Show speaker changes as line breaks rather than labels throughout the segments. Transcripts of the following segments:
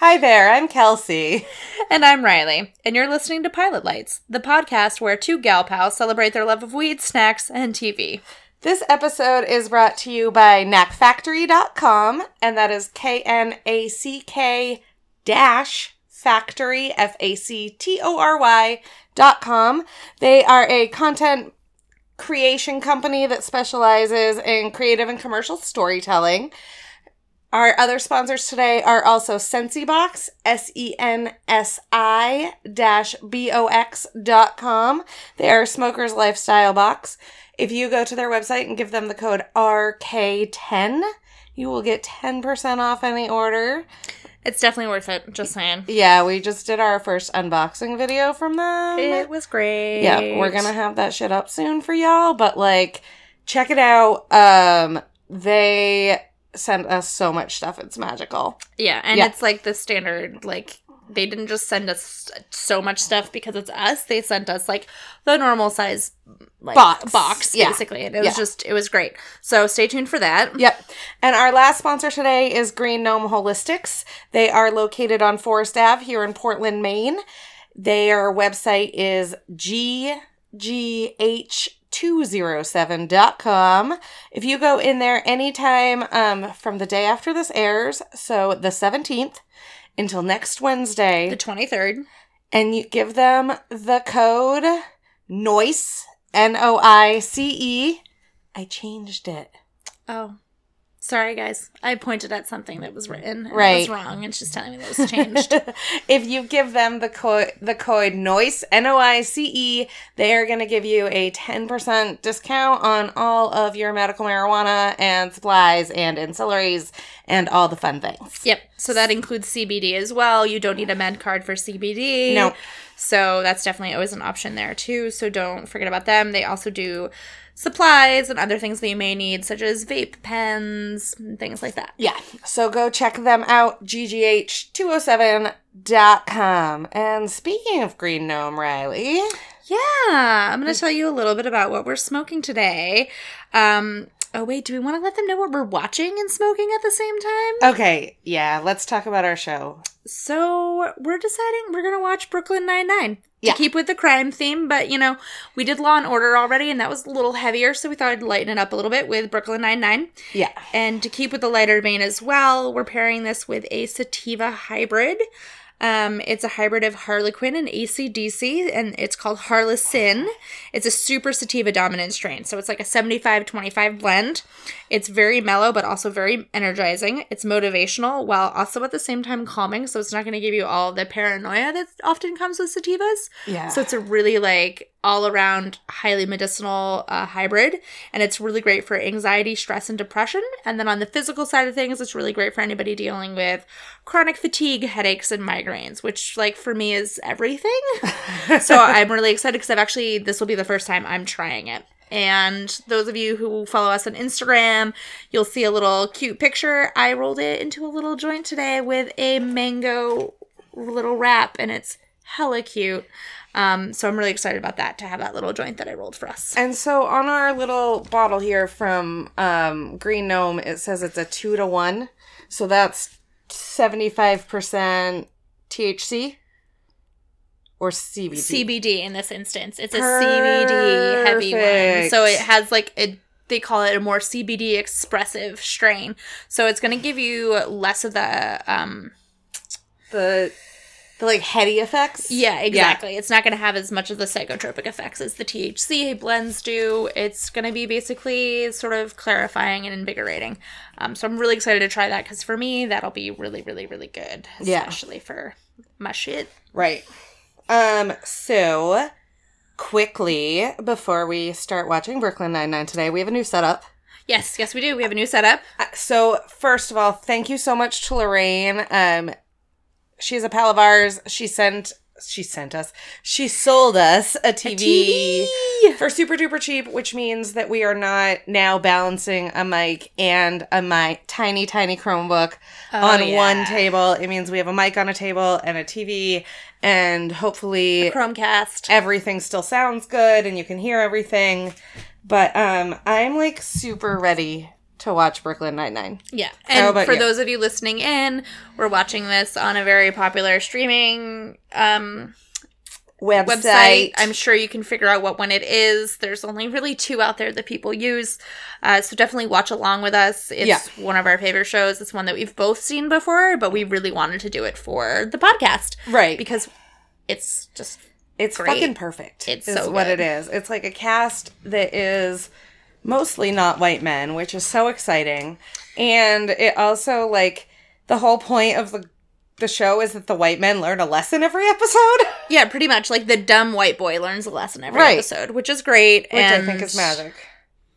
Hi there, I'm Kelsey.
And I'm Riley, and you're listening to Pilot Lights, the podcast where two gal pals celebrate their love of weed, snacks, and TV.
This episode is brought to you by knackfactory.com, and that is K N A C K dash factory, F A C T O R Y dot com. They are a content creation company that specializes in creative and commercial storytelling. Our other sponsors today are also SensiBox, S E N S I dash B O X dot com. They are Smokers Lifestyle Box. If you go to their website and give them the code RK10, you will get 10% off any order.
It's definitely worth it, just saying.
Yeah, we just did our first unboxing video from them.
It was great.
Yeah, we're gonna have that shit up soon for y'all, but like check it out. Um they sent us so much stuff, it's magical.
Yeah, and
Yeah.
it's like the standard, like, they didn't just send us so much stuff because it's us. They sent us like the normal size like,
Box.
box
Yeah.
basically. And it
Yeah.
was just, it was great. So stay tuned for that.
Yep. And our last sponsor today is Green Gnome Holistics. They are located on Forest Ave here in Portland, Maine. Their website is ggh207.com. If you go in there anytime um, from the day after this airs, so the 17th until next Wednesday,
The 23rd.
and you give them the code NOICE, N O I C E. I changed it.
Oh. Sorry, guys. I pointed at something that was written. and It
Right.
was wrong, and she's telling me that was changed.
if you give them the code, the code NOICE, N O I C E, they are going to give you a 10% discount on all of your medical marijuana and supplies and ancillaries and all the fun things.
yep. So that includes CBD as well. You don't need a med card for CBD.
No.
So that's definitely always an option there, too. So don't forget about them. They also do supplies and other things that you may need, such as vape pens and things like that.
Yeah. So go check them out, ggh207.com. And speaking of Green Gnome, Riley,
Yeah. I'm going to tell you a little bit about what we're smoking today. Um, oh, wait. Do we want to let them know what we're watching and smoking at the same time?
okay, yeah, let's talk about our show.
So we're deciding we're gonna watch Brooklyn Nine Nine
Yeah.
to keep with the crime theme, but you know we did Law and Order already, and that was a little heavier, so we thought I'd lighten it up a little bit with Brooklyn Nine Nine,
Yeah.
and to keep with the lighter vein as well, we're pairing this with a sativa hybrid. Um, it's a hybrid of Harlequin and ACDC, and it's called Harlequin. It's a super sativa dominant strain. So it's like a 75 25 blend. It's very mellow, but also very energizing. It's motivational, while also at the same time calming. So it's not going to give you all the paranoia that often comes with sativas.
Yeah.
So it's a really like all around highly medicinal uh, hybrid, and it's really great for anxiety, stress, and depression. And then on the physical side of things, it's really great for anybody dealing with chronic fatigue, headaches, and migraines, which like for me is everything. so I'm really excited because I've actually this will be the first time I'm trying it. And those of you who follow us on Instagram, you'll see a little cute picture. I rolled it into a little joint today with a mango little wrap, and it's hella cute. Um, so I'm really excited about that to have that little joint that I rolled for us.
And so on our little bottle here from um, Green Gnome, it says it's a two to one. So that's 75% THC or CBD.
CBD in this instance, it's a CBD heavy one,
Perfect.
so it has like a they call it a more CBD expressive strain. So it's going to give you less of the um,
the, the like heady effects.
Yeah, exactly. It's not going to have as much of the psychotropic effects as the THC blends do. It's going to be basically sort of clarifying and invigorating. Um, so I'm really excited to try that because for me, that'll be really, really, really good,
Yeah.
especially for my shit.
Right. Um, so quickly before we start watching Brooklyn Nine-Nine today, we have a new setup.
Yes, yes, we do. We have a new setup.
Uh, So, first of all, thank you so much to Lorraine. Um, she's a pal of ours. She sent she sent us. She sold us a TV, for super duper cheap, which means that we are not now balancing a mic and a mic tiny tiny Chromebook
Oh,
on
yeah.
one table. It means we have a mic on a table and a TV, and hopefully
Chromecast.
everything still sounds good and you can hear everything. But um, I'm like super ready to watch Brooklyn Nine Nine.
Yeah.
How
And
about
for
you?
those of you listening in, we're watching this on a very popular streaming um, website. I'm sure you can figure out what one it is. There's only really two out there that people use. Uh, so definitely watch along with us. It's
Yeah.
one of our favorite shows. It's one that we've both seen before, but we really wanted to do it for the podcast
right because
because it's just
it's
great.
fucking perfect.
It's
is
so
what
good.
it is. It's like a cast that is mostly not white men, which is so exciting. And it also like the whole point of the the show is that the white men learn a lesson every episode,
yeah, pretty much like the dumb white boy learns a lesson every
Right.
episode, which is great.
which
and
I think is magic.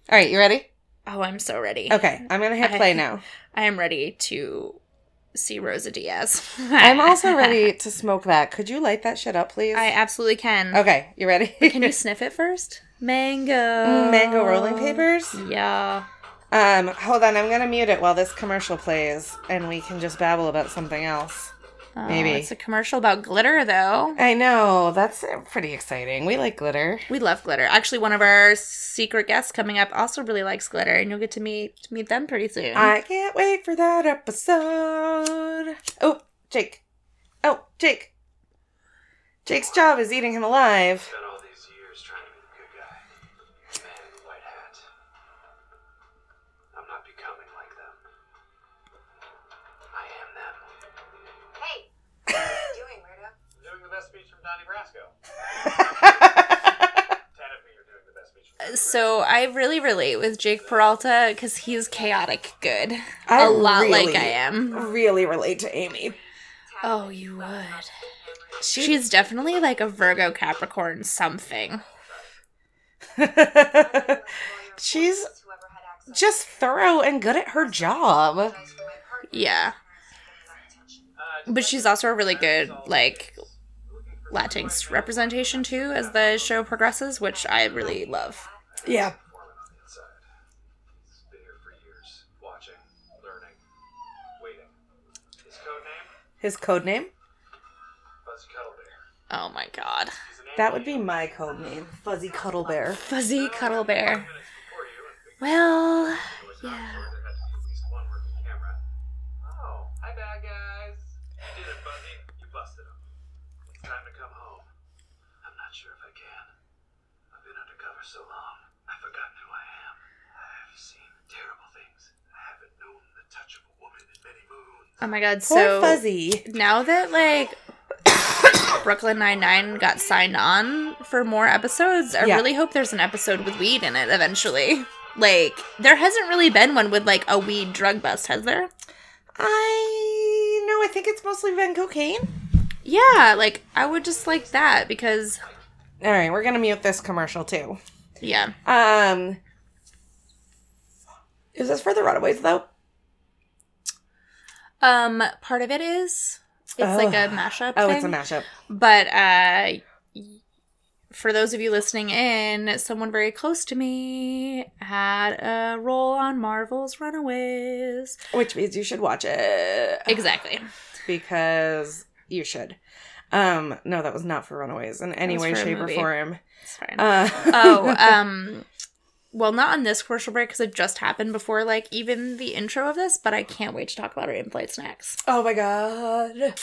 All right, you ready?
Oh, I'm so ready.
Okay, I'm gonna hit
Okay.
play now.
I am ready to see Rosa Diaz.
I'm also ready to smoke that. Could you light that shit up, please?
I absolutely can.
okay, you ready?
Can you sniff it first? Mango.
Mango rolling papers.
Yeah.
Um, hold on, I'm gonna mute it while this commercial plays, and we can just babble about something else.
Oh,
Maybe.
It's a commercial about glitter, though.
I know that's uh, pretty exciting. We like glitter.
We love glitter. Actually, one of our secret guests coming up also really likes glitter, and you'll get to meet meet them pretty soon.
I can't wait for that episode. Oh, Jake. Oh, Jake. Jake's job is eating him alive.
Spent all these years trying to be the good guy, the man in the white hat. I'm not becoming like them. I am them.
Hey, what are you doing, weirdo?
I'm doing the best speech from Donnie Brasco. Ten of me are doing the best speech from
so I really relate with Jake Peralta because he's chaotic good.
I
a lot like
really-
I am.
really relate to Amy.
Oh, you would. She's definitely like a Virgo Capricorn something.
She's
It's whoever had access
just thorough and good at her job.
to my partner.
Yeah. But she's also a really good, like, Latinx representation too as the show progresses, which I really love.
Yeah.
Foreman on the inside. He's been here for years, watching, learning, waiting. His code name?
His code name?
Buzz Cuddlebear.
Oh my god.
He's an
That would be my code name, Fuzzy Cuddle Bear.
Fuzzy
Uh,
Cuddle Bear.
minutes before you, and big
Well,
was not sure there had to be at least one working camera. Oh, hi bad guys. You did it, Buzzy. You busted him. It's time to come home. I'm not sure if I can. I've been undercover so long, I've forgotten who I am. I've seen terrible things. I haven't known the touch of a woman in many moons.
oh my god,
Poor
so
Fuzzy.
now that like Brooklyn Nine Nine got signed on for more episodes, I
Yeah.
really hope there's an episode with weed in it eventually. Like, there hasn't really been one with like a weed drug bust, has there?
I no, I think it's mostly been cocaine.
Yeah, like I would just like that because
All right, we're gonna mute this commercial too.
yeah.
Um, is this for the Runaways though?
Um part of it is it's like a
Oh.
mashup
Oh,
thing.
it's a mashup.
But uh for those of you listening in, someone very close to me had a role on Marvel's Runaways.
Which means you should watch it
Exactly.
because you should. Um, no, that was not for Runaways in any
was
way,
for a
shape, or
movie.
form.
It's fine.
Uh,
oh, um well, not on this commercial break because it just happened before, like even the intro of this. But I can't wait to talk about our in-flight snacks.
oh my god,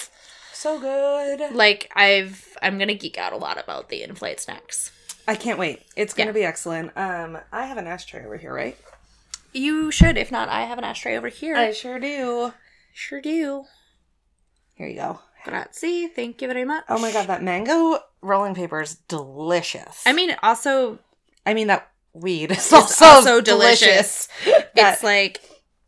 so good!
Like I've, I'm gonna geek out a lot about the in-flight snacks.
I can't wait. It's gonna
Yeah.
be excellent. Um, I have an ashtray over here, right?
You should. If not, I have an ashtray over here.
I sure do.
sure do.
Here you go.
Grazie. Thank you very much.
Oh my god, that mango rolling paper is delicious.
I mean, also,
I mean that weed is
It's
also,
also delicious.
delicious. That-
it's like,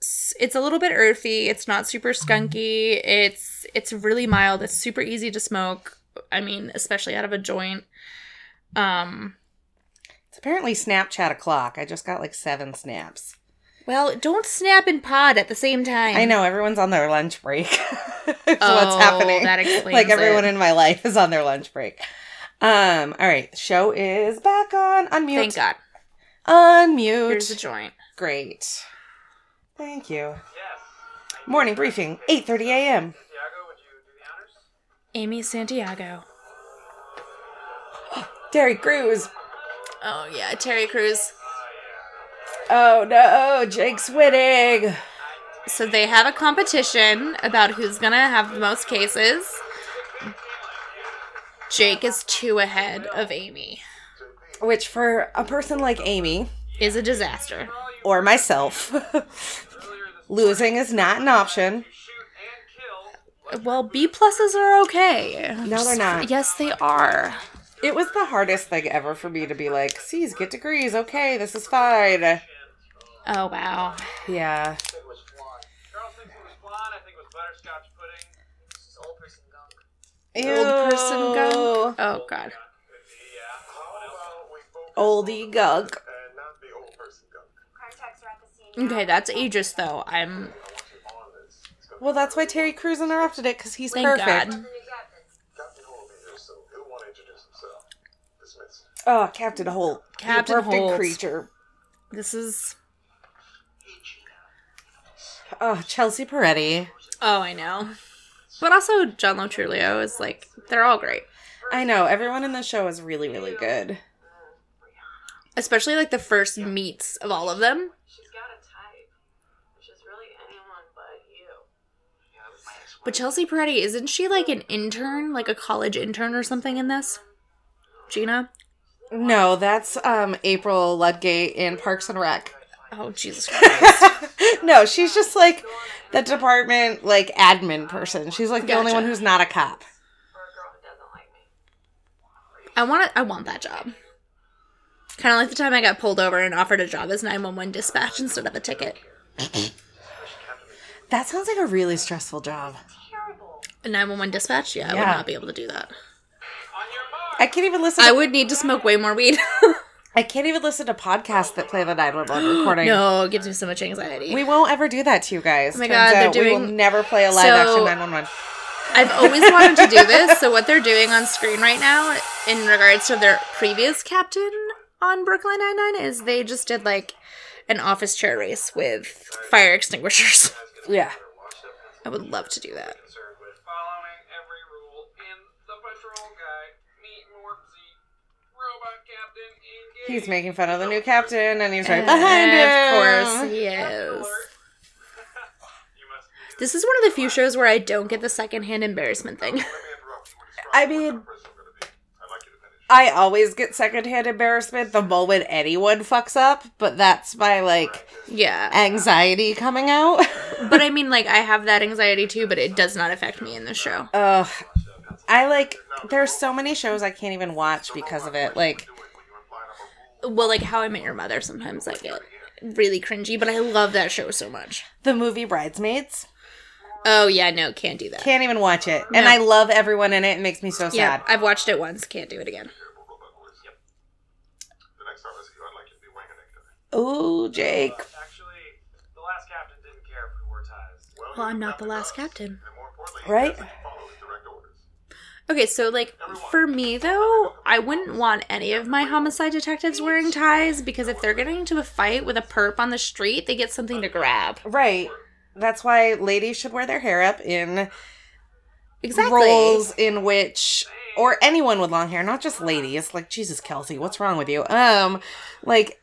s- it's a little bit earthy. It's not super skunky. It's, It's really mild. It's super easy to smoke. I mean, especially out of a joint. Um,
It's apparently Snapchat o'clock. I just got like seven snaps.
well, don't snap and pod at the same time.
I know everyone's on their lunch break. is what's
Oh,
happening.
that explains
like everyone
it.
in my life is on their lunch break. Um, all right, show is back on. Unmute.
Thank God.
Unmute.
Here's the joint.
Great. Thank you.
Yes.
Morning briefing, 8:30 a.m.
Santiago, would you do the honors?
Amy Santiago.
Terry Crews.
Oh yeah, Terry Crews.
Oh no, Jake Swittig.
So they have a competition about who's gonna have the most cases. Jake is two ahead of Amy.
Which for a person like Amy
Is a disaster.
or myself, losing is not an option.
Shoot and kill.
Well, B pluses are okay.
No, they're not.
Yes, they are.
It was the hardest thing ever for me to be like, C's get degrees, okay, this is fine.
Oh wow.
Yeah.
It was flan. Charles thinks it was flan. I think it was butterscotch pudding. This is old person gunk.
Old person
Ew.
go. Oh god.
Could be, yeah. Someone else.
we focus
Oldie gunk.
and not the old person gunk.
Crime techs are at the scene.
Okay, that's aegis though. I'm
I want you on this. It's gonna
Well, that's why Terry Crews interrupted it because he's
Thank
perfect.
God.
The new captain.
Captain Hole will be here, so he'll want to introduce himself. Dismiss.
Oh, Captain Holt. The
Captain
perfect
Holt.
creature.
this is
Oh, Chelsea Peretti.
oh I know. But also John Lotulio is like they're all great.
I know everyone in the show is really, really good.
Especially like the first meets of all of them.
She's got a type, which is really anyone but you.
But Chelsea Peretti, isn't she like an intern, like a college intern or something in this? Gina?
No, that's um April Ludgate in Parks and Rec.
Oh Jesus Christ.
no, she's just like the department like admin person. She's like the only
Gotcha.
one who's not a cop.
For a girl who doesn't like me.
I want I want that job. Kind of like the time I got pulled over and offered a job as 911 dispatch instead of a ticket.
That sounds like a really stressful job.
A 911 dispatch? Yeah, I would
Yeah.
not be able to do that.
On your mark.
I can't even listen.
I
To,
would need to smoke way more weed.
I can't even listen to podcasts that play the nine one one recording.
no, it gives me so much anxiety.
We won't ever do that to you guys.
my
Turns
God, they're
out we will
doing-
never play a live
So-
action nine one one.
I've always wanted to do this. So what they're doing on screen right now, in regards to their previous captain on Brooklyn Nine Nine, is they just did like an office chair race with fire extinguishers.
Yeah.
I would love to do that.
Concerned with following every rule in the patrol guide. Meet Morpsey. Robot captain engage.
He's making fun of the new captain, and he's right behind him.
Uh, of course, he is.
Alert. you must be
This is one of the few shows where I don't get the secondhand embarrassment thing.
Let me interrupt you and describe
I
what
mean-
kind of person I'm going to be. I'd like you to finish.
I always get secondhand embarrassment the moment anyone fucks up, but that's my like
Yeah,
anxiety coming out.
but I mean, like I have that anxiety too, but it does not affect me in this show.
Ugh. I like there's so many shows I can't even watch because of it. Like
Do it when you imply I'm a fool.
Well, like How I Met Your Mother, sometimes I get really cringy, but I love that show so much.
the movie Bridesmaids.
Oh yeah, no, can't do that.
Can't even watch it. And
No.
I love everyone in it. It makes me so
Yeah,
sad.
I've watched it once. Can't do it again.
Terrible robot voice. Yep. The next time I see you, I'd like you to be wearing a necktie.
Ooh, Jake.
Actually, the last captain didn't care if we wore ties.
Well,
Well,
you
I'm
can
not the
captain
last
us.
captain.
And more importantly,
Right?
he doesn't follow his direct orders.
Okay, so like for me though, I wouldn't want any of my homicide detectives wearing ties because if they're getting into a fight with a perp on the street, they get something to grab.
Right. That's why ladies should wear their hair up in
Exactly.
roles in which or anyone with long hair, not just ladies. Like Jesus, Kelsey, what's wrong with you? Um, like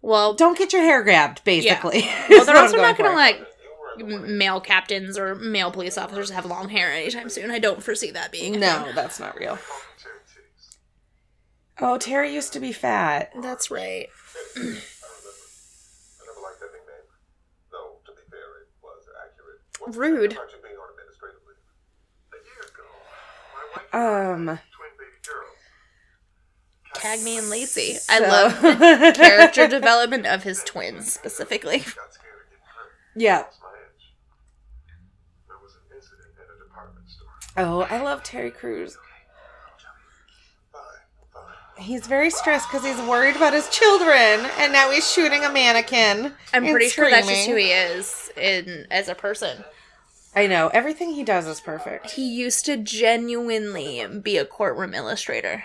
Well,
don't get your hair grabbed, basically.
well,
is
they're
what
also
I'm
not
going
going to
for.
let m- male captains or male police officers have long hair anytime soon. I don't foresee that being. a
No, that's not real.
Fucking cherry titties.
Oh, Terry used to be fat.
thing. That's right.
I remember. I never liked that nickname. Though, to be fair, it was accurate. What's
Rude.
About you being on administratively. A year ago, my wife and
Um,
twin baby girl.
Tag me and Lacey. I
so-
love the character development of his twins specifically.
got scared of getting hurt.
yeah.
Lost my edge. There was an incident at a department store.
Oh, I love Terry Crews.
Fine, fine.
He's very stressed because he's worried about his children, and now he's shooting a mannequin.
I'm
and
pretty sure that's just
screaming.
who he is in as a person.
I know everything he does is perfect.
He used to genuinely be a courtroom illustrator.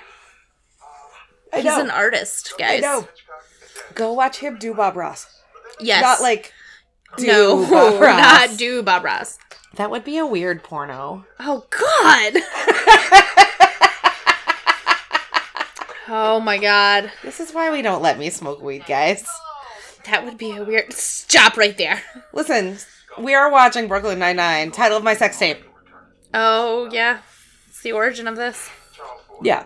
I
He's
know.
an artist, guys.
I know. Go watch him do Bob Ross.
Yes.
Not like do
no,
Bob Ross.
not do Bob Ross.
That would be a weird porno.
Oh God. oh my God.
This is why we don't let me smoke weed, guys.
That would be a weird. Stop right there.
Listen, we are watching Brooklyn Nine Nine. Title of my sex tape.
Oh yeah, it's the origin of this.
Charles Ford
Yeah.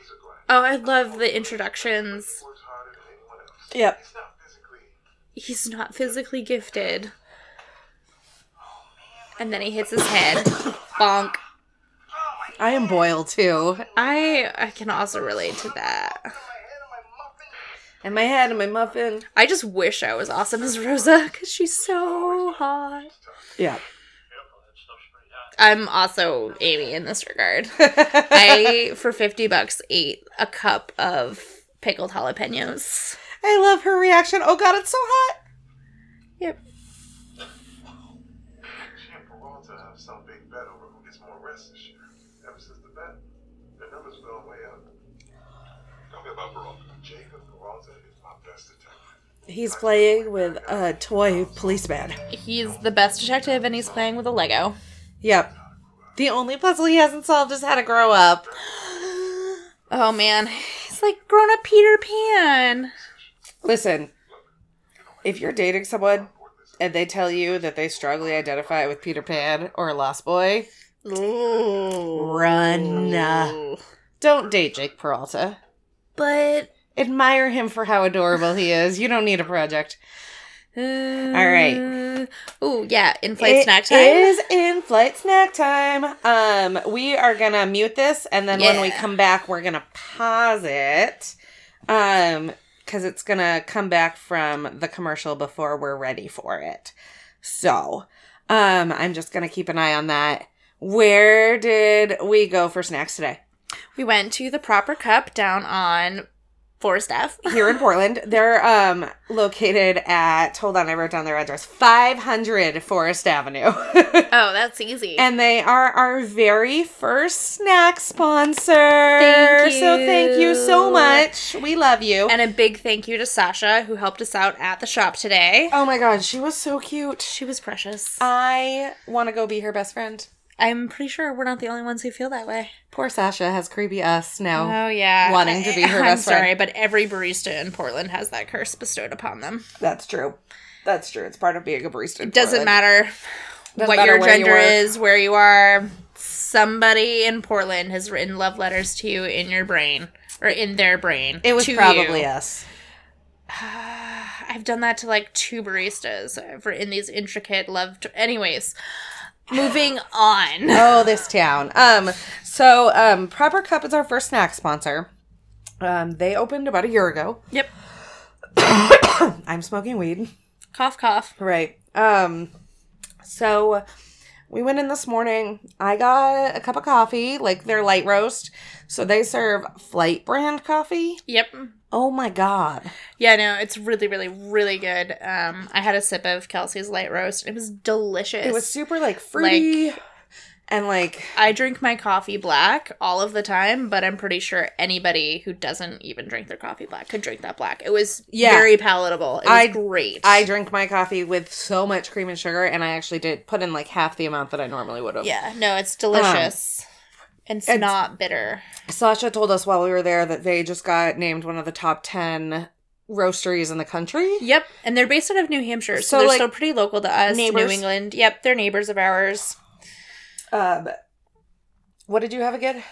is a grind.
Oh, I love the introductions.
Works harder than anyone else.
Yep.
He's
He's not physically.
not physically gifted. And then he hits his head. Bonk.
I am boiled too.
I I can also relate to that.
And my head and my muffin.
I just wish I was awesome as Rosa because she's so hot.
Yeah.
Careful, that stuff's pretty hot.
I'm also Amy in this regard. I for fifty bucks ate a cup of pickled jalapenos.
I love her reaction. Oh god, it's so hot.
Yep.
She and Peralta have some big bet over who gets more rest this year. Ever since the bet, their numbers have gone way up. Tell me about Peralta. Jacob Peralta is my best detective.
He's playing with a toy policeman.
He's the best detective and he's playing with a Lego.
Yep. The only puzzle he hasn't solved is how to grow up.
Oh man. He's like grown up Peter Pan.
Listen, if you're dating someone and they tell you that they strongly identify with Peter Pan or Lost Boy, run. Don't date Jake Peralta.
But
Admire him for how adorable he is. You don't need a project.
all
right.
Oh yeah, in flight
It
snack time.
is in flight snack time. Um, we are gonna mute this, and then when we
Yeah.
come back, we're gonna pause it. Um, because it's gonna come back from the commercial before we're ready for it. So, um, I'm just gonna keep an eye on that. Where did we go for snacks today?
We went to the proper cup down on Forest F.
Here in Portland, they're um located at. Hold on, I wrote down their address: 500 Forest Avenue.
Oh, that's easy.
And they are our very first snack sponsor.
Thank
So thank you so
you.
much. We love you.
and a big thank you to Sasha who helped us out at the shop today.
oh my god, she was so cute.
She was precious.
I want to go be her best friend.
I'm pretty sure we're not the only ones who feel that way.
Poor Sasha has creepy us now.
Oh, yeah,
Wanting to be her
I'm
best friend.
sorry, but every barista in Portland has that curse bestowed upon them.
That's true. That's true. It's part of being a barista. in
It doesn't
Portland.
matter
Doesn't
what
matter
your
where you
gender
work.
is, where you are. Somebody in Portland has written love letters to you in your brain or in their brain.
It was
to
probably
you.
us.
I've done that to like two baristas. I've written these intricate love. T- Anyways, moving on.
Oh, this town. Um, so um, Proper Cup is our first snack sponsor. Um, they opened about a year ago.
Yep.
I'm smoking weed.
Cough, cough.
Right. Um so we went in this morning. I got a cup of coffee, like their light roast. So they serve flight brand coffee.
Yep.
Oh my god.
Yeah, no, it's really, really, really good. Um, I had a sip of Kelsey's light roast. It was delicious.
It was super like fruity and like
I drink my coffee black all of the time, but I'm pretty sure anybody who doesn't even drink their coffee black could drink that black. It was
Yeah.
very palatable. It was
I-
great.
I drink my coffee with so much cream and sugar and I actually did put in like half the amount that I normally would have.
yeah, no, it's delicious. and it's,
it's-
not bitter.
Sasha told us while we were there that they just got named one of the top 10 roasteries in the country.
Yep, and they're based out of New Hampshire,
So,
so, they're
like,
still pretty local to us,
neighbors?
New England. Yep, they're neighbors of ours.
Um, what did you have again?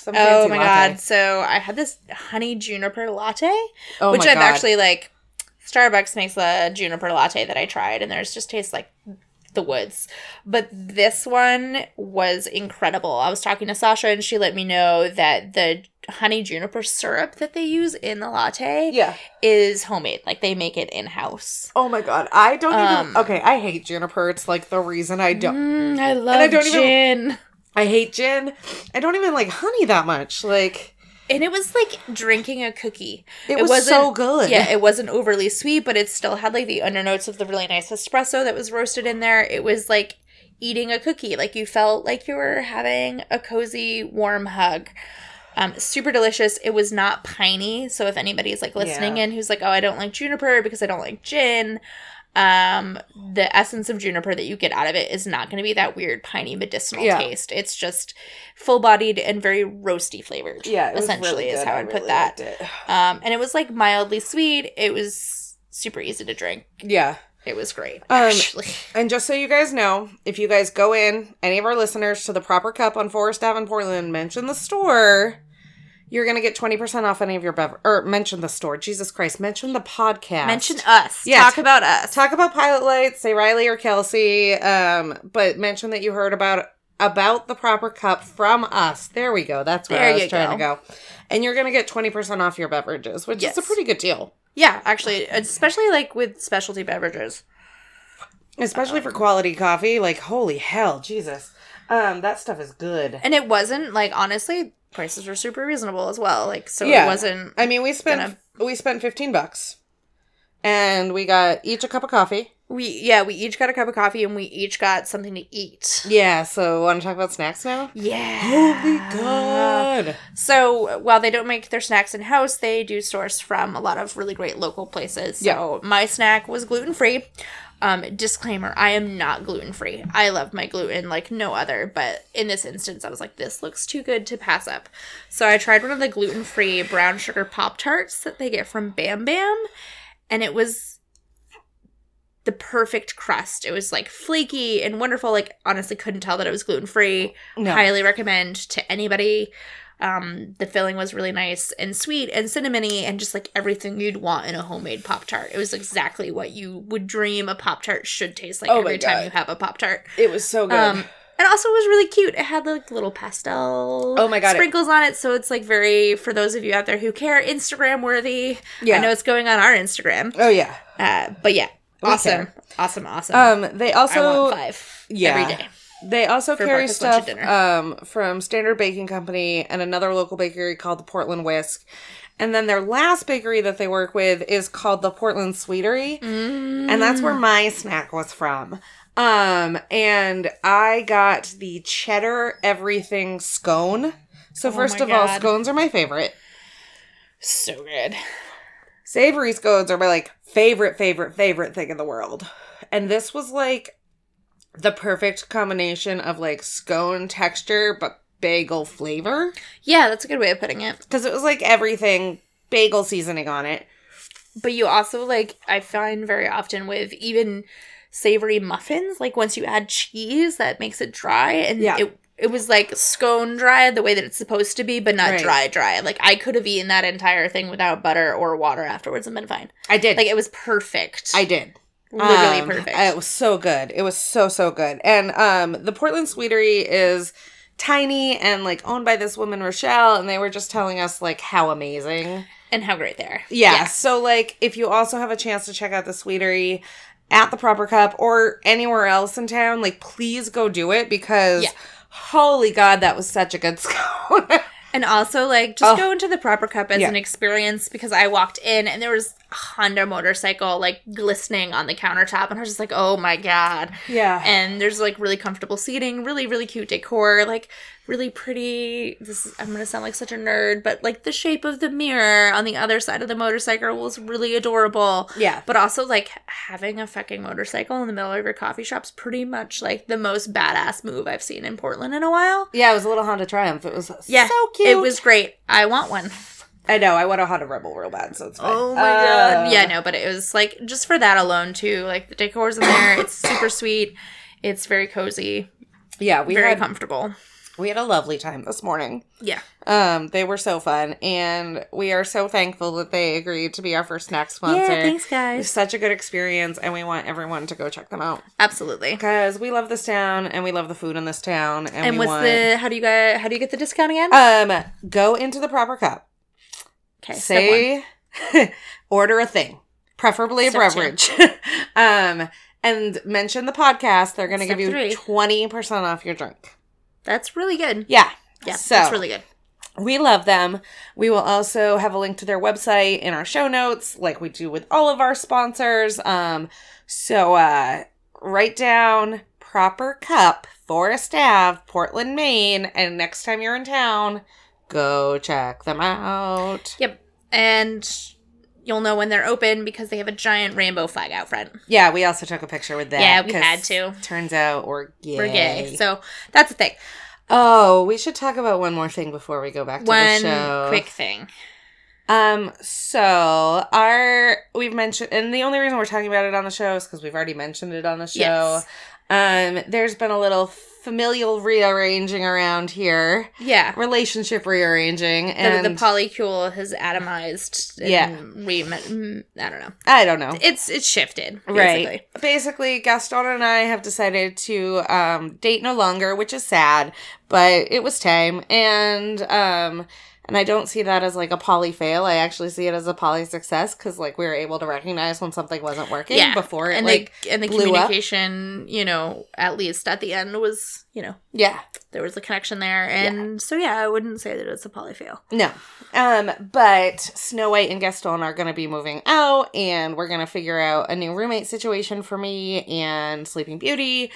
Some
Oh
fancy
my
latte.
god! So I had this honey juniper latte,
Oh
which
my
I've
God.
actually like. Starbucks makes a juniper latte that I tried, and theirs just tastes like the woods. But this one was incredible. I was talking to Sasha, and she let me know that the honey juniper syrup that they use in the latte
Yeah.
is homemade. Like they make it in house.
Oh my god. I don't even.
Um, Mm-hmm.
Okay, Oh. I hate juniper. It's like the reason I don't.
Mm, I love
don't even-
gin.
I hate gin. I don't even like honey that much. Like
And it was like drinking a cookie.
it, was
wasn't-
so good.
Yeah, it wasn't overly sweet, but it still had like the undernotes of the really nice espresso that was roasted in there. It was like eating a cookie. Like you felt like you were having a cozy, warm hug. Um, super delicious. It was not piney. So if anybody's like listening
Yeah.
in who's like, oh, I don't like juniper because I don't like gin, um, the essence of juniper that you get out of it is not going to be that weird piney medicinal
Yeah.
taste. It's just full bodied and very roasty flavored.
yeah, it was
essentially
really
is
good.
how
I
I'd put
really
that.
liked it.
Um, and it was like mildly sweet. It was super easy to drink.
Yeah.
It was great.
Um,
actually.
And just so you guys know, if you guys go in, any of our listeners to the proper cup on Forest Ave in Portland, mention the store, you're gonna get twenty percent off any of your beverage. Or mention the store. Jesus Christ, mention the podcast.
mention us.
Yeah,
Talk
t-
about us.
talk about pilot lights. Say Riley or Kelsey, um, but mention that you heard about about the proper cup from us. There we go. That's where
There
I was
you
trying to go. And you're gonna get twenty percent off your beverages, which
Yes.
is a pretty good deal,
yeah, actually, especially like with specialty beverages.
especially for quality coffee. Like holy hell, Jesus, um, that stuff is good.
And it wasn't like honestly, prices were super reasonable as well. Like so,
Yeah.
it wasn't.
I mean, we spent
Gonna-
we spent fifteen bucks, and we got each a cup of coffee.
We yeah, we each got a cup of coffee and we each got something to eat.
Yeah. So, want to talk about snacks now?
Yeah.
Holy
Uh,
God!
So while they don't make their snacks in house, they do source from a lot of really great local places. So my snack was gluten free. Um, disclaimer: I am not gluten free. I love my gluten like no other, but in this instance, I was like, this looks too good to pass up. So I tried one of the gluten free brown sugar pop tarts that they get from Bam Bam, and it was the perfect crust. It was like flaky and wonderful. Like honestly, couldn't tell that it was gluten free.
No.
Highly recommend to anybody. Um, the filling was really nice and sweet and cinnamony and just like everything you'd want in a homemade Pop Tart. It was exactly what you would dream a Pop Tart should taste like
Oh my
every time
God. Oh
you have a Pop Tart.
It was so good.
Um, and also it was really cute. It had like little pastel
Oh my God, it-
sprinkles on it, so it's like very for those of you out there who care, Instagram worthy.
Yeah.
I know it's going on our Instagram.
oh yeah.
Uh, but yeah,
We
awesome,
care.
awesome, awesome.
Um, they also
I want five
yeah.
every day.
They also
For
carry
breakfast, lunch,
stuff
and
um, from Standard Baking Company and another local bakery called the Portland Whisk. And then their last bakery that they work with is called the Portland Sweetery.
Mm.
And that's where my snack was from. Um, and I got the cheddar everything scone. So, first
Oh my
of all,
God.
scones are my favorite.
So good.
Savory scones are my like favorite, favorite, favorite thing in the world. And this was like the perfect combination of like scone texture but bagel flavor.
Yeah, that's a good way of putting it.
Because it was like everything bagel seasoning on it.
But you also like I find very often with even savory muffins, like once you add cheese, that makes it dry, and
Yeah.
it it was like scone dry the way that it's supposed to be, but not
Right.
dry dry. Like I could have eaten that entire thing without butter or water afterwards and been fine.
I did.
Like it was perfect,
I did.
literally
Um,
perfect.
It was so good. It was so so good. And um the Portland Sweetery is tiny and like owned by this woman Rochelle and they were just telling us like how amazing.
and how great they are.
Yeah. So like if you also have a chance to check out the Sweetery at the Proper Cup or anywhere else in town, like please go do it because
Yeah.
holy god, that was such a good scone.
And also, like, just
Oh.
go into the proper cup as
Yeah.
an experience because I walked in and there was a Honda motorcycle like glistening on the countertop, and I was just like, oh my god.
yeah.
And there's like really comfortable seating, really, really cute decor, like really pretty. This is, I'm gonna sound like such a nerd, but like the shape of the mirror on the other side of the motorcycle was really adorable.
yeah.
But also, like, having a fucking motorcycle in the middle of your coffee shop's pretty much like the most badass move I've seen in Portland in a while.
Yeah, it was a little Honda Triumph. It was
Yeah,
so cute.
It was great. I want one.
I know. I want a Honda Rebel real bad, so it's fine.
Oh
Uh,
yeah, no, but it was like just for that alone too. Like the decor's in there. It's super sweet. It's very cozy.
Yeah, we
very
had
comfortable.
we had a lovely time this morning.
Yeah.
Um, they were so fun, and we are so thankful that they agreed to be our first snack sponsor. It was
guys.
such a good experience, and we want everyone to go check them out
Absolutely.
because we love this town and we love the food in this town. And,
And
we
what's
want,
the how do you get how do you get the discount again?
um? Go into the proper cup.
okay, step one.
say order a thing, preferably a
Step two.
beverage. um, and mention the podcast. They're going to
Step
give you
three.
twenty percent off your drink.
That's really good.
Yeah.
Yeah,
So
that's really good.
we love them. We will also have a link to their website in our show notes, like we do with all of our sponsors. Um, so uh, write down proper cup, Forest Ave, Portland, Maine, and next time you're in town, go check them out.
Yep. And you'll know when they're open because they have a giant rainbow flag out front.
Yeah, we also took a picture with that.
Yeah, we
'cause
had to.
Turns out we're gay.
We're gay. So that's the thing.
oh, we should talk about one more thing before we go back to the show.
One quick thing.
Um, so our we've mentioned and the only reason we're talking about it on the show is because we've already mentioned it on the show.
Yes.
Um, there's been a little familial rearranging around here.
Yeah.
Relationship rearranging
The,
and
the polycule has atomized. And
Yeah.
We, mm, I don't know.
I don't know.
It's it's shifted.
Right.
Basically.
Basically, Gaston and I have decided to um, date no longer, which is sad, but it was time. And um, and I don't see that as like a poly fail. I actually see it as a poly success because like we were able to recognize when something wasn't working
Yeah.
before it
and
like
the and the
blew up.
communication, you know, at least at the end was, you know,
yeah
there was a connection there. And so yeah, I wouldn't say that it's a polyfail.
no um but Snow White and Gaston are gonna be moving out and we're gonna figure out a new roommate situation for me and Sleeping Beauty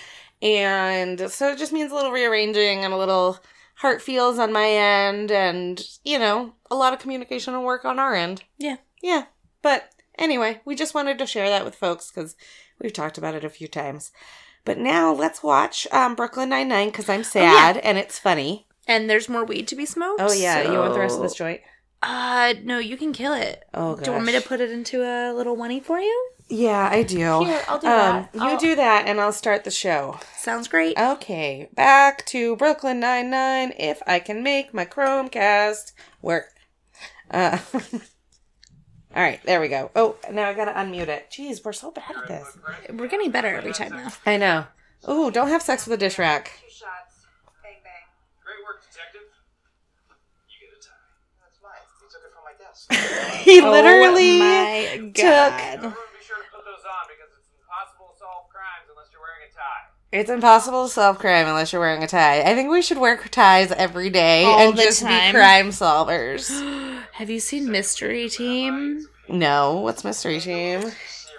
and so it just means a little rearranging and a little heart feels on my end and you know a lot of communication and work on our end
Yeah.
yeah but anyway we just wanted to share that with folks because we've talked about it a few times but now let's watch um, Brooklyn Nine Nine because I'm sad and it's funny.
And there's more weed to be smoked.
Oh yeah, you want the rest of this
so-
joint?
Uh, no, you can kill it.
Oh gosh.
Do you want me to put it into a little oney for you?
Yeah, I do.
Here, I'll do
um,
that.
you
I'll-
do that, and I'll start the show.
Sounds
Uh,
great.
Okay, back to Brooklyn Nine Nine. If I can make my Chromecast work. Uh, all right, there we go. Oh, now I gotta unmute it. Jeez, we're so bad at this.
We're getting better every time now.
I know. Oh, don't have sex with a dish rack.
Two shots. Bang bang.
Great work, detective. You get a tie.
That's mine. He took it from my desk.
He literally.
oh my God.
Everyone be sure to put those on because it's impossible to solve crimes unless you're wearing a tie.
It's impossible to solve crime unless you're wearing a tie. I think we should wear ties every day
All
and
the
just
time.
be crime solvers.
Have you seen Mystery Team?
No, what's Mystery Team?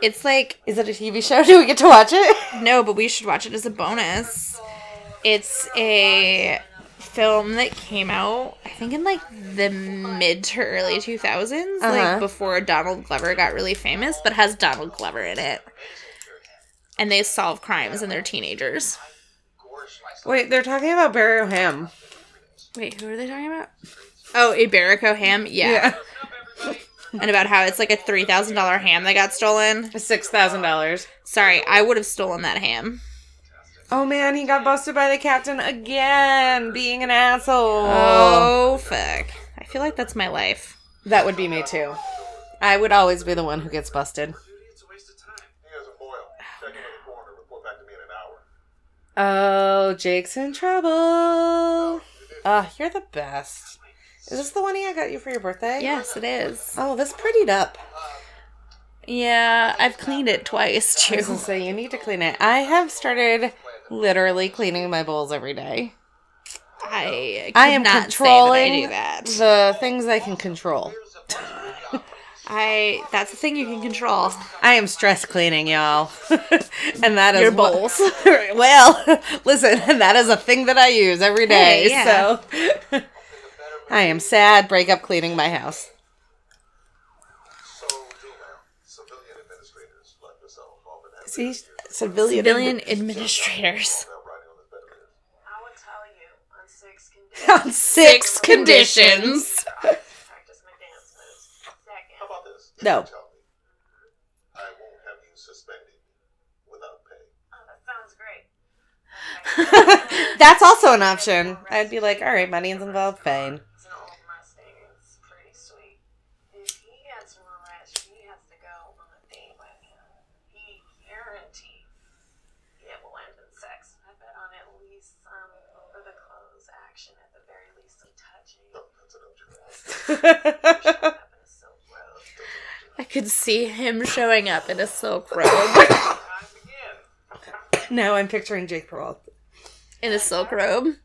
It's like
Is it a TV show? Do we get to watch it?
no, but we should watch it as a bonus. It's a film that came out, I think, in like the mid to early 2000s,
Uh-huh.
like before Donald Glover got really famous, but has Donald Glover in it. And they solve crimes and they're teenagers.
Wait, they're talking about Barry Ham.
Wait, who are they talking about? Oh, Iberico ham, yeah. And about how it's like a three thousand dollar ham that got stolen.
Six thousand dollars.
Sorry, I would have stolen that ham.
Oh man, he got busted by the captain again, being an asshole.
Oh fuck! I feel like that's my life.
That would be me too. I would always be the one who gets busted.
Duty, it's a waste of time.
He has a boil. Check in with the coroner. Report back to me in an hour.
Oh, Jake's in trouble. Ah, you're the best. Is this the one I got you for your birthday?
Yes, it is.
Oh, this prettied up.
Yeah, I've cleaned it twice
I was
too.
gonna say you need to clean it. I have started literally cleaning my bowls every day.
I could
I am
not
controlling
say that I do that.
the things I can control.
I that's the thing you can control.
I am stress cleaning, y'all. and that is
Your
what-
bowls.
well, listen, that is a thing that I use every day.
Hey, yeah.
So I am sad breakup cleaning my house.
So, Dina, civilian administrators like yourself often have
See, civilian.
Civilian administrators.
without writing on the federal.
I will tell you on six conditions.
on six conditions.
practice my dance moves.
How
Second,
about this? You
No.
Tell me. I won't have you suspended without pay.
oh, that sounds great.
That's also an option. I'd be like, all right, money's involved, fine.
It's an old Mustang. It's pretty sweet. If he gets arrested, he has to go on a date with him. He guarantees it will end in sex. I bet on at least some over the clothes action, at the very least some touching.
No, that's enough, Julie.
Showing up in a silk robe.
I could see him showing up in a silk robe.
Time again.
now I'm picturing Jake Peralta.
in a silk robe.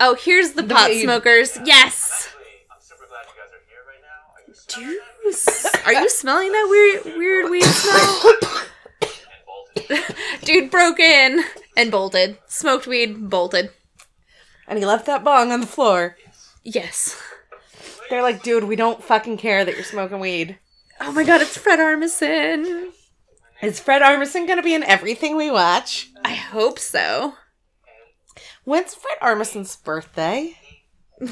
Oh, here's the, pot
weed.
smokers. Yes.
Actually, I'm super glad you guys are here right now. Are you
Do
smelling
you
that?
s- are you smelling that weird weird weed smell?
And bolted.
Dude broke in and bolted. Smoked weed, bolted.
And he left that bong on the floor.
Yes.
They're like, dude, we don't fucking care that you're smoking weed.
Oh my god, it's Fred Armisen.
Is Fred Armisen gonna be in everything we watch?
I hope so.
When's Fred Armisen's birthday?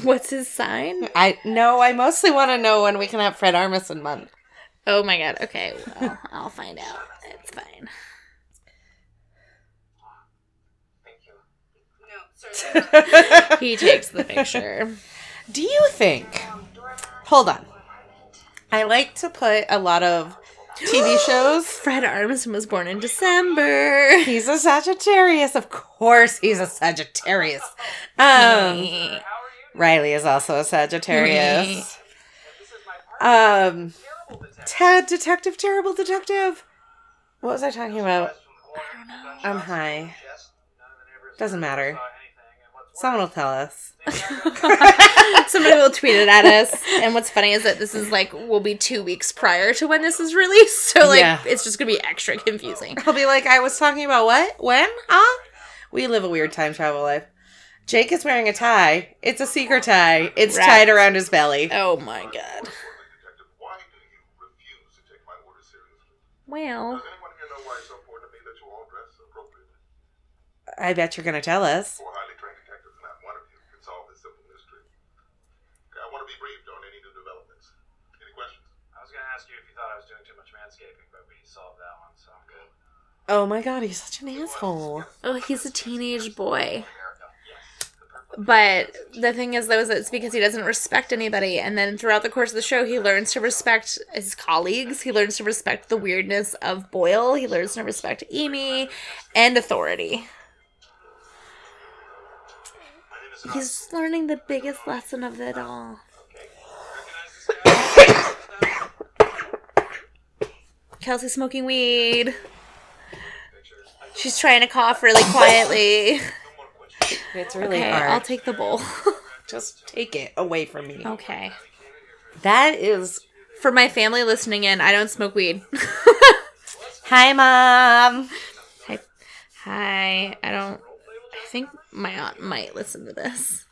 What's his sign?
I no, I mostly want to know when we can have Fred Armisen month.
Oh my god. Okay, well, I'll find out. It's fine.
Thank you.
No, certainly not.
He takes the picture.
Do you think? Hold on. I like to put a lot of TV shows.
Fred Armisen was born in December.
He's a Sagittarius, of course. He's a Sagittarius. Um,
How are you?
Riley is also a Sagittarius. Um, Ted, Detective, Terrible Detective. What was I talking about?
From the corner, I don't
I'm high.
Yes. None of the neighbors
Doesn't matter.
saw anything. And what's
Someone will tell us.
Somebody will tweet it at us. And what's funny is that this is like will be two weeks prior to when this is released. So like
Yeah.
it's just gonna be extra confusing.
I'll be like, I was talking about what? When? Huh? We live a weird time travel life. Jake is wearing a tie. It's a secret tie. It's
Right.
tied around his belly.
Oh my god.
Portland detective, why do you refuse to take my orders seriously?
Well.
Does anyone here know why it's so important to me that you all dress appropriately?
I bet you're gonna tell us.
Four highly trained detectives, not one of you can solve this simple mystery. Okay, I want to be briefed on any new developments. Any questions?
I was going to ask you if you thought I was doing too much manscaping, but we solved that one, so I'm good.
Oh my god, he's such an asshole.
Oh, he's a teenage boy.
Erica. Yes. The purple.
But the thing is, though, is that it's because he doesn't respect anybody. And then throughout the course of the show, he learns to respect his colleagues. He learns to respect the weirdness of Boyle. He learns to respect Amy and authority.
My name is
He's learning the biggest lesson of it all.
Recognize this guy?
Kelsey smoking weed.
Pictures. I
She's trying to cough really quietly.
no more questions.
It's really
Okay,
hard.
I'll take the bowl.
Just take it away from me.
okay.
That is.
For my family listening in, I don't smoke weed.
Hi, mom.
Hi. Hi. I don't. I think my aunt might listen to this.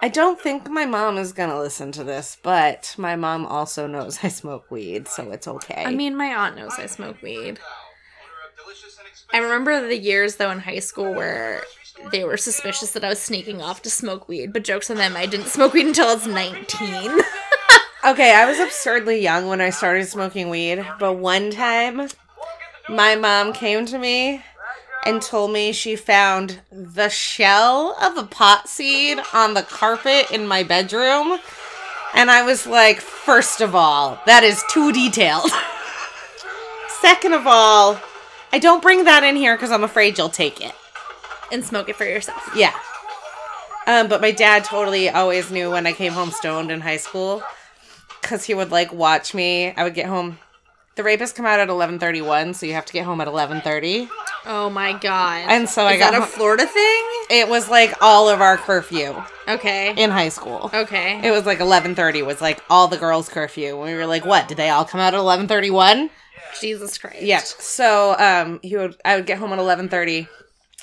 I don't think my mom is gonna listen to this, but my mom also knows I smoke weed, so it's okay.
I mean, my aunt knows I smoke weed.
Order of delicious and expensive.
I remember the years, though, in high school where they were suspicious that I was sneaking off to smoke weed, but jokes on them, I didn't smoke weed until I was 19.
okay, I was absurdly young when I started smoking weed, but one time my mom came to me and told me she found the shell of a pot seed on the carpet in my bedroom. And I was like, first of all, that is too detailed. Second of all, I don't bring that in here because I'm afraid you'll take it.
and smoke it for yourself.
Yeah. Um, but my dad totally always knew when I came home stoned in high school, because he would like watch me. I would get home. The rapists come out at eleven thirty one, so you have to get home at eleven thirty.
Oh my god.
And so
Is
I got
that a
home-
Florida thing?
It was like all of our curfew
Okay.
in high school.
Okay.
It was like eleven thirty was like all the girls' curfew. And we were like, what? Did they all come out at eleven thirty one?
Jesus Christ.
Yeah. So um, he would. I would get home at eleven thirty.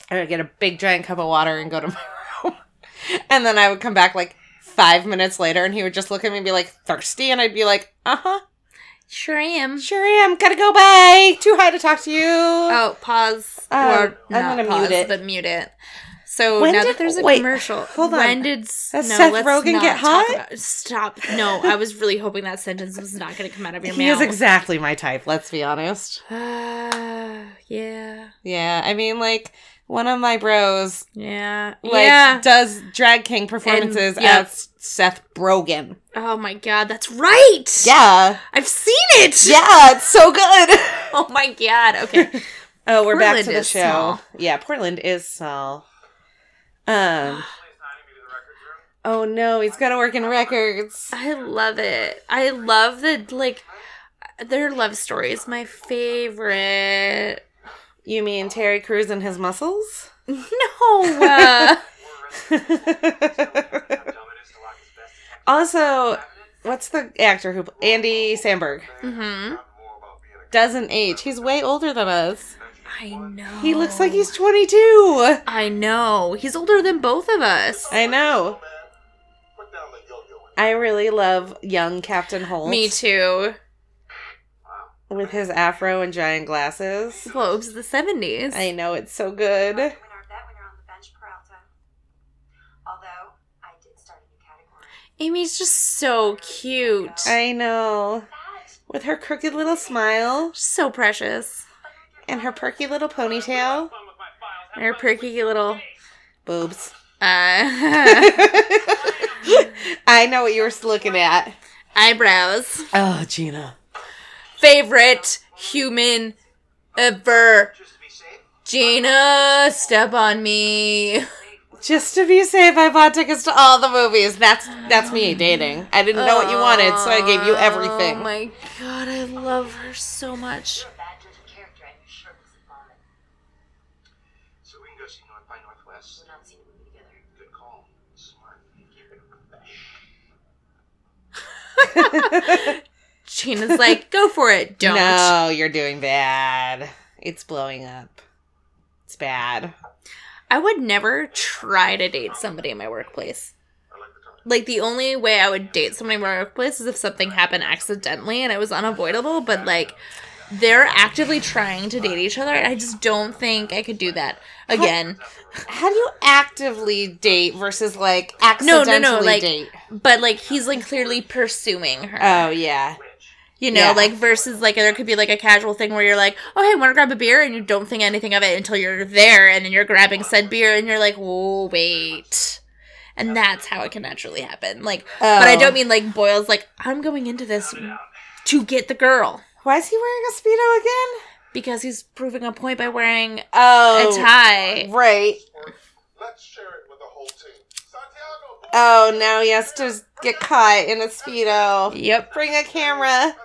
I would get a big giant cup of water and go to my room, and then I would come back like five minutes later, and he would just look at me and be like thirsty, and I'd be like, uh huh,
Sure am.
sure am. Gotta go. Bye. Too high to talk to you.
Oh, pause.
Um,
or
I'm
not
gonna mute
pause,
it.
but mute it. So
When
now
did-
that there's a
wait,
commercial,
hold on.
when did s-
Does Seth Rogen
not
get
talk
hot?
about- stop. No, I was really hoping that sentence was not going to come out of your
he
mouth.
is exactly my type. Let's be honest.
Ah, yeah,
Yeah. I mean, like one of my bros.
yeah,
Like
yeah.
does drag king performances
yeah.
as Seth Brogan.
oh my god, that's right.
Yeah.
I've seen it.
Yeah, it's so good.
Oh my god. Okay.
Oh, we're back
Portland
to the
is
show.
small.
Yeah, Portland is small. Um.
Please, Tiny, me to the records room.
Oh no, he's got to work in records.
I love it. I love the like. Their love story is my favorite.
You mean Terry Crews and his muscles?
No. uh,
also, what's the actor who Andy Samberg
Mm-hmm.
doesn't age? He's way older than us.
I know.
He looks like he's 22.
I know. He's older than both of us.
I know.
Put down the yo-yo and
I really love young Captain Holt.
Me too.
With his afro and giant glasses.
Well, it was the 70s.
I know it's so good.
Hard to win our bet when you're on the bench, Peralta. Although, I did start a new category.
Amy's just so cute.
I know.
That
With her crooked little smile
So precious.
and her perky little ponytail.
And her perky little.
Boobs.
Uh,
I know what you were looking at.
eyebrows.
Oh, Gina.
Favorite human ever. Gina, step on me. Oh
Just to be safe, I bought tickets to all the movies. That's that's me dating. I didn't know what you wanted, so I gave you everything.
Oh my god, I love her so much.
you're a bad judge of character, and you sure looks vomit.
So we can go see North by Northwest.
We're not seeing a movie together.
Good call. Smart. Keep it professional.
Gina's like, go for it. Don't.
No, you're doing bad. It's blowing up. It's bad.
I would never try to date somebody in my workplace. Like the only way I would date somebody in my workplace is if something happened accidentally and it was unavoidable, but like they're actively trying to date each other. I just don't think I could do that again.
How do you actively date versus like
no,
accidentally
like-
date?
But like he's like clearly pursuing her.
Oh yeah.
you know,
yeah.
like versus like there could be like a casual thing where you're like, "Oh, hey, want to grab a beer?" and you don't think anything of it until you're there and then you're grabbing said beer and you're like, "Oh, wait." And that's how it can naturally happen. Like But I
Oh.
don't mean like Boyle's like, I'm going into this to get the girl.
Why is he wearing a speedo again?
Because he's proving a point by wearing a
Oh,
tie.
right.
work. Let's share it with the whole team. Santiago, boy,
Oh, now he has to get caught in a speedo.
Yep.
Bring a camera.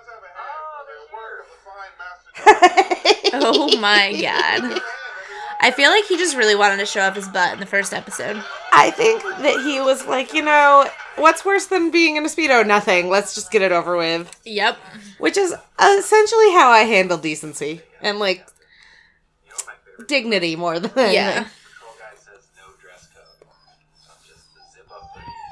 let's have a
Oh,
hand. Every word of the fine master.
Oh my god. I feel like he just really wanted to show off his butt in the first episode.
I think that he was like, you know, what's worse than being in a speedo? Nothing. Let's just get it over with.
Yep.
Which is essentially how I handle decency and like dignity more than anything.
Yeah.
Girl guy says no dress code.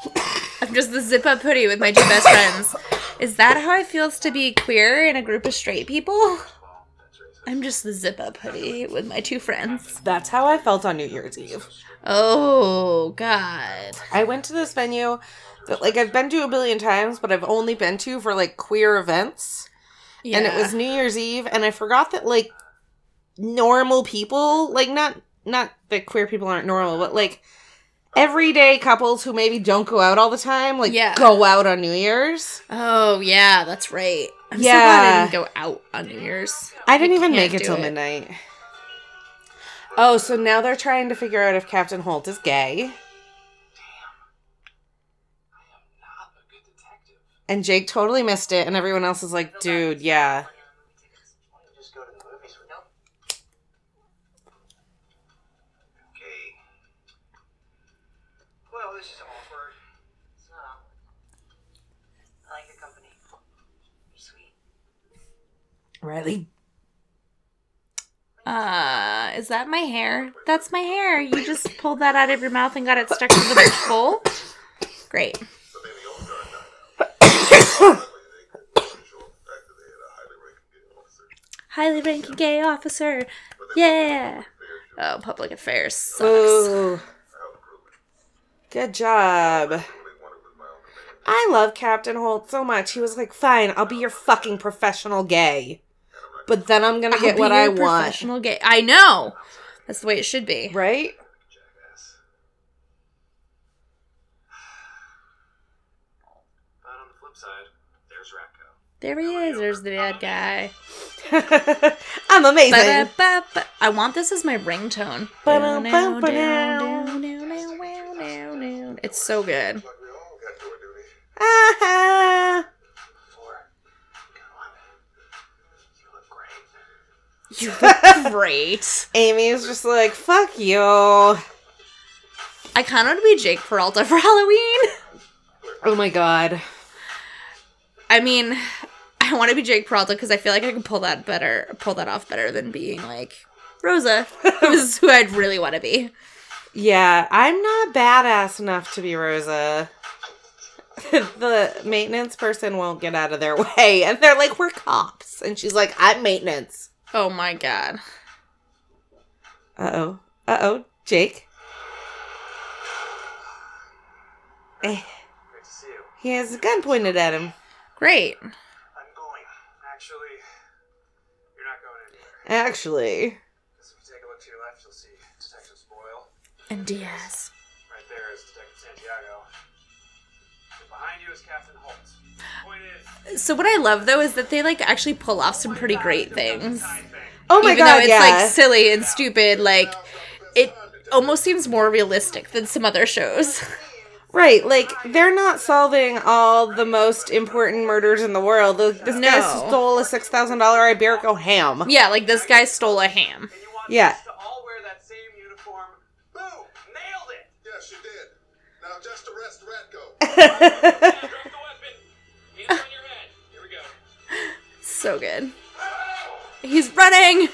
So I'm just the zip up hoodie.
I'm just the zip up hoodie with my two best friends. Is that how it feels to be queer in a group of straight people? I'm just the zip up hoodie with my two friends.
That's how I felt on New Year's Eve.
Oh god.
I went to this venue that like I've been to a billion times, but I've only been to for like queer events. And it
Yeah.
was New Year's Eve and I forgot that like normal people, like not not that queer people aren't normal, but like everyday couples who maybe don't go out all the time, like
Yeah.
go out on New Year's.
Oh yeah, that's right. I'm so glad I
Yeah.
didn't go out on New Year's.
I didn't even
can't
make it
do
till
it.
midnight. Oh, so now they're trying to figure out if Captain Holt is gay. And Jake totally missed it, and everyone else is like, dude, yeah.
Just go to the movies with them. Okay. Well, this is awkward.
It's not awkward. I like your company. You're sweet.
Really?
Uh, is that my hair? That's my hair. You just pulled that out of your mouth and got it stuck to the beach bowl. Great. Highly ranking gay officer. Yeah. Oh, public affairs sucks.
Ooh. Good job. I love Captain Holt so much. He was like, fine, I'll be your fucking professional gay. But then I'm gonna
I'll
get
be
what
your
I want.
Professional gay. I know. That's the way it should be.
Right?
But on the flip side, there's Ratko.
There he is. There's the bad guy.
I'm amazing.
Ba-da-ba-ba. I want this as my ringtone. It's so good.
Like we all got door duty.
Ah-ha.
Four. Good one. You look great.
Great.
Oh Amy is just like, fuck you.
I kind of want to be Jake Peralta for Halloween.
Oh my god.
I mean, I want to be Jake Peralta because I feel like I can pull that better, pull that off better than being like Rosa, who's who I'd really want to be.
Yeah, I'm not badass enough to be Rosa. the maintenance person won't get out of their way, and they're like, "We're cops," and she's like, "I'm maintenance."
Oh my god.
Uh oh. Uh oh. Jake. Eh,
Great to see you.
He has a gun pointed at him.
Great.
I'm going. Actually, you're not going anywhere.
Actually,
Because if you take a look to your left, you'll see Detective Boyle.
And Diaz.
Right there is Detective Santiago. And behind you is Captain Holt. Point is,
So what I love though is that they like actually pull off some pretty great things.
side thing.
oh my
Even
god,
though it's
yeah.
like silly and stupid, like it almost seems more realistic than some other shows.
Right, like they're not solving all the most important murders in the world. Like, This guy
No.
stole a six thousand dollar Iberico ham.
yeah, like this guy stole a ham.
And you want
Yeah.
us to all wear that same uniform. Boom! Nailed it!
Yeah, she did. Now just arrest Ratko.
Drop the weapon. Hands on your head. Here we go.
So good. He's running.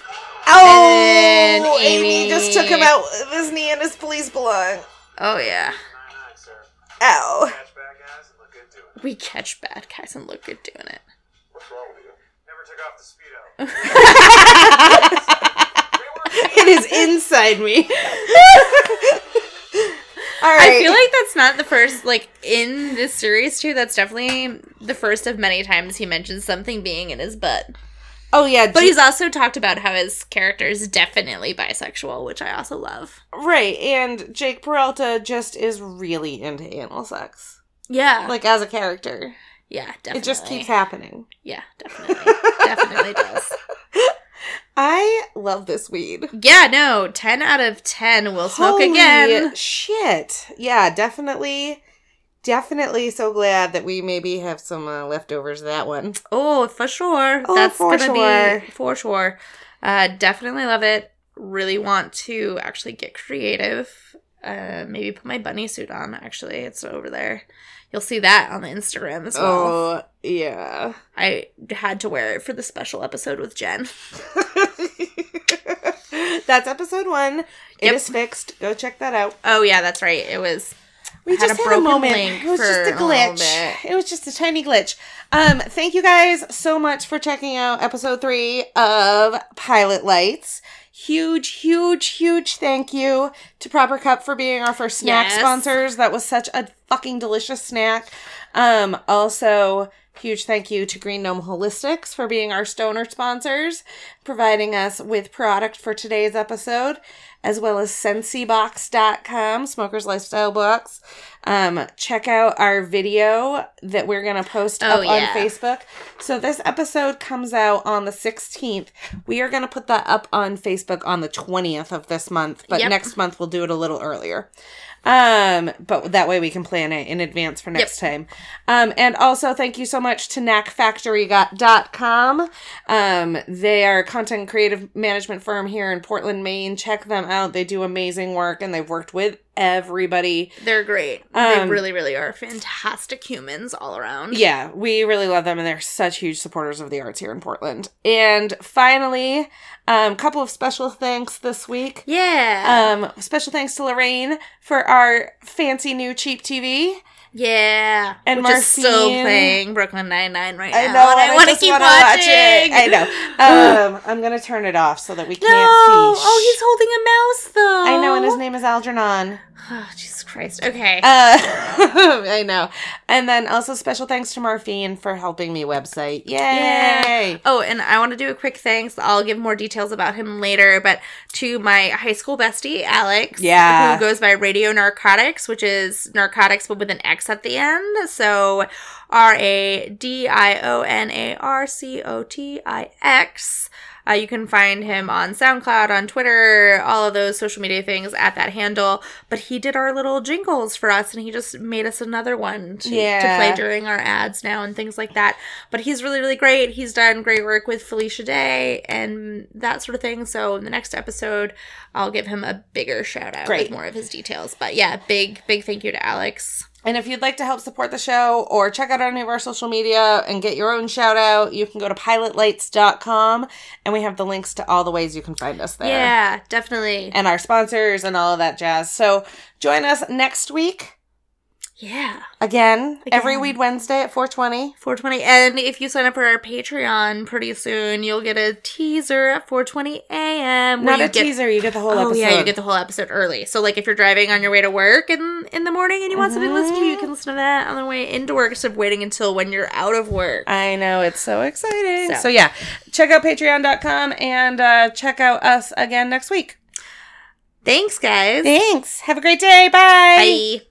And
Oh,
then
Amy.
Amy-
just took him out with his knee and his police belong.
Oh yeah.
Nine nine, sir.
Ow.
Catch bad guys and look good doing it.
We catch bad guys and look good doing it.
What's wrong with you?
Never took off the speedo.
It is inside me. All right.
I feel like that's not the first, like, in this series, too. That's definitely the first of many times he mentions something being in his butt.
oh yeah,
But he's also talked about how his character is definitely bisexual, which I also love.
right. And Jake Peralta just is really into anal sex,
Yeah. Like,
like as a character.
yeah, definitely.
It just keeps happening.
Yeah, definitely. definitely does.
I love this weed.
Yeah, no, 10 out of 10 will smoke
Holy
again.
Shit. Yeah, definitely. Definitely so glad that we maybe have some uh, leftovers of that one.
Oh, for sure.
Oh,
That's
for
gonna
sure.
be for sure. Uh, definitely love it. Really want to actually get creative. Uh, maybe put my bunny suit on. Actually, it's over there. You'll see that on the Instagram as well.
Oh, yeah.
I had to wear it for the special episode with Jen.
That's episode one. It is
Yep.
fixed. Go check that out.
Oh yeah, that's right. It was
We
Had
just
a
had a
broken
moment.
link
It was
for
just a
a little
glitch. It was just a tiny glitch. Um, thank you guys so much for checking out episode three of Pilot Lights. Huge, huge, huge thank you to Proper Cup for being our first snack
Yes.
sponsors. That was such a fucking delicious snack. Um, also, huge thank you to Green Gnome Holistics for being our stoner sponsors, providing us with product for today's episode, as well as sensibox.com, Smoker's Lifestyle Box. Um, check out our video that we're going to post up
Oh,
on
yeah.
Facebook. So this episode comes out on the 16th. We are going to put that up on Facebook on the 20th of this month, but
Yep.
next month we'll do it a little earlier. Um, but that way we can plan it in advance for next time. Um, and also thank you so much to knackfactory.com. Um, they are a content and creative management firm here in Portland, Maine. Check them out. They do amazing work and they've worked with everybody.
they're great.
Um,
they really, really are fantastic humans all around.
Yeah, we really love them, and they're such huge supporters of the arts here in Portland. And finally, a um, couple of special thanks this week.
Yeah.
Um, special thanks to Lorraine for our fancy new cheap TV.
yeah.
and
Which is still
Marcine-
playing Brooklyn Nine Nine right now.
I know,
and I, want to
just
keep
wanna watch
watching.
it. I know. Um, I'm gonna turn it off so that we
No.
can't see.
Oh, he's holding a mouse though.
I know, and his name is Algernon.
Oh, Jesus Christ. Okay.
Uh, I know. And then also special thanks to Morphine for helping me website. Yay!
Oh, and I want to do a quick thanks. I'll give more details about him later, but to my high school bestie, Alex.
Yeah.
Who goes by Radio Narcotics, which is narcotics but with an X at the end. So R A D I O N A R C O T I X. Uh, you can find him on SoundCloud, on Twitter, all of those social media things at that handle. But he did our little jingles for us, and he just made us another one to, to
Yeah.
play during our ads now and things like that. But he's really, really great. He's done great work with Felicia Day and that sort of thing. So in the next episode, I'll give him a bigger shout out
Great.
with more of his details. But yeah, big, big thank you to Alex.
And if you'd like to help support the show or check out any of our social media and get your own shout out, you can go to pilotlights.com and we have the links to all the ways you can find us there.
Yeah, definitely.
And our sponsors and all of that jazz. So join us next week
yeah.
again, every
Again.
Weed Wednesday at 420.
420. And if you sign up for our Patreon pretty soon, you'll get a teaser at 420 a.m. where
Not
you
a
get-
teaser, you get the whole
Oh,
episode.
yeah, you get the whole episode early. So, like, if you're driving on your way to work in, in the morning and you want something to listen
Mm-hmm.
to, you can listen to that on the way into work instead of waiting until when you're out of work.
I know, it's so exciting.
So.
So, yeah, check out patreon.com and uh, check out us again next week.
Thanks, guys.
Thanks. Have a great day. Bye.
Bye.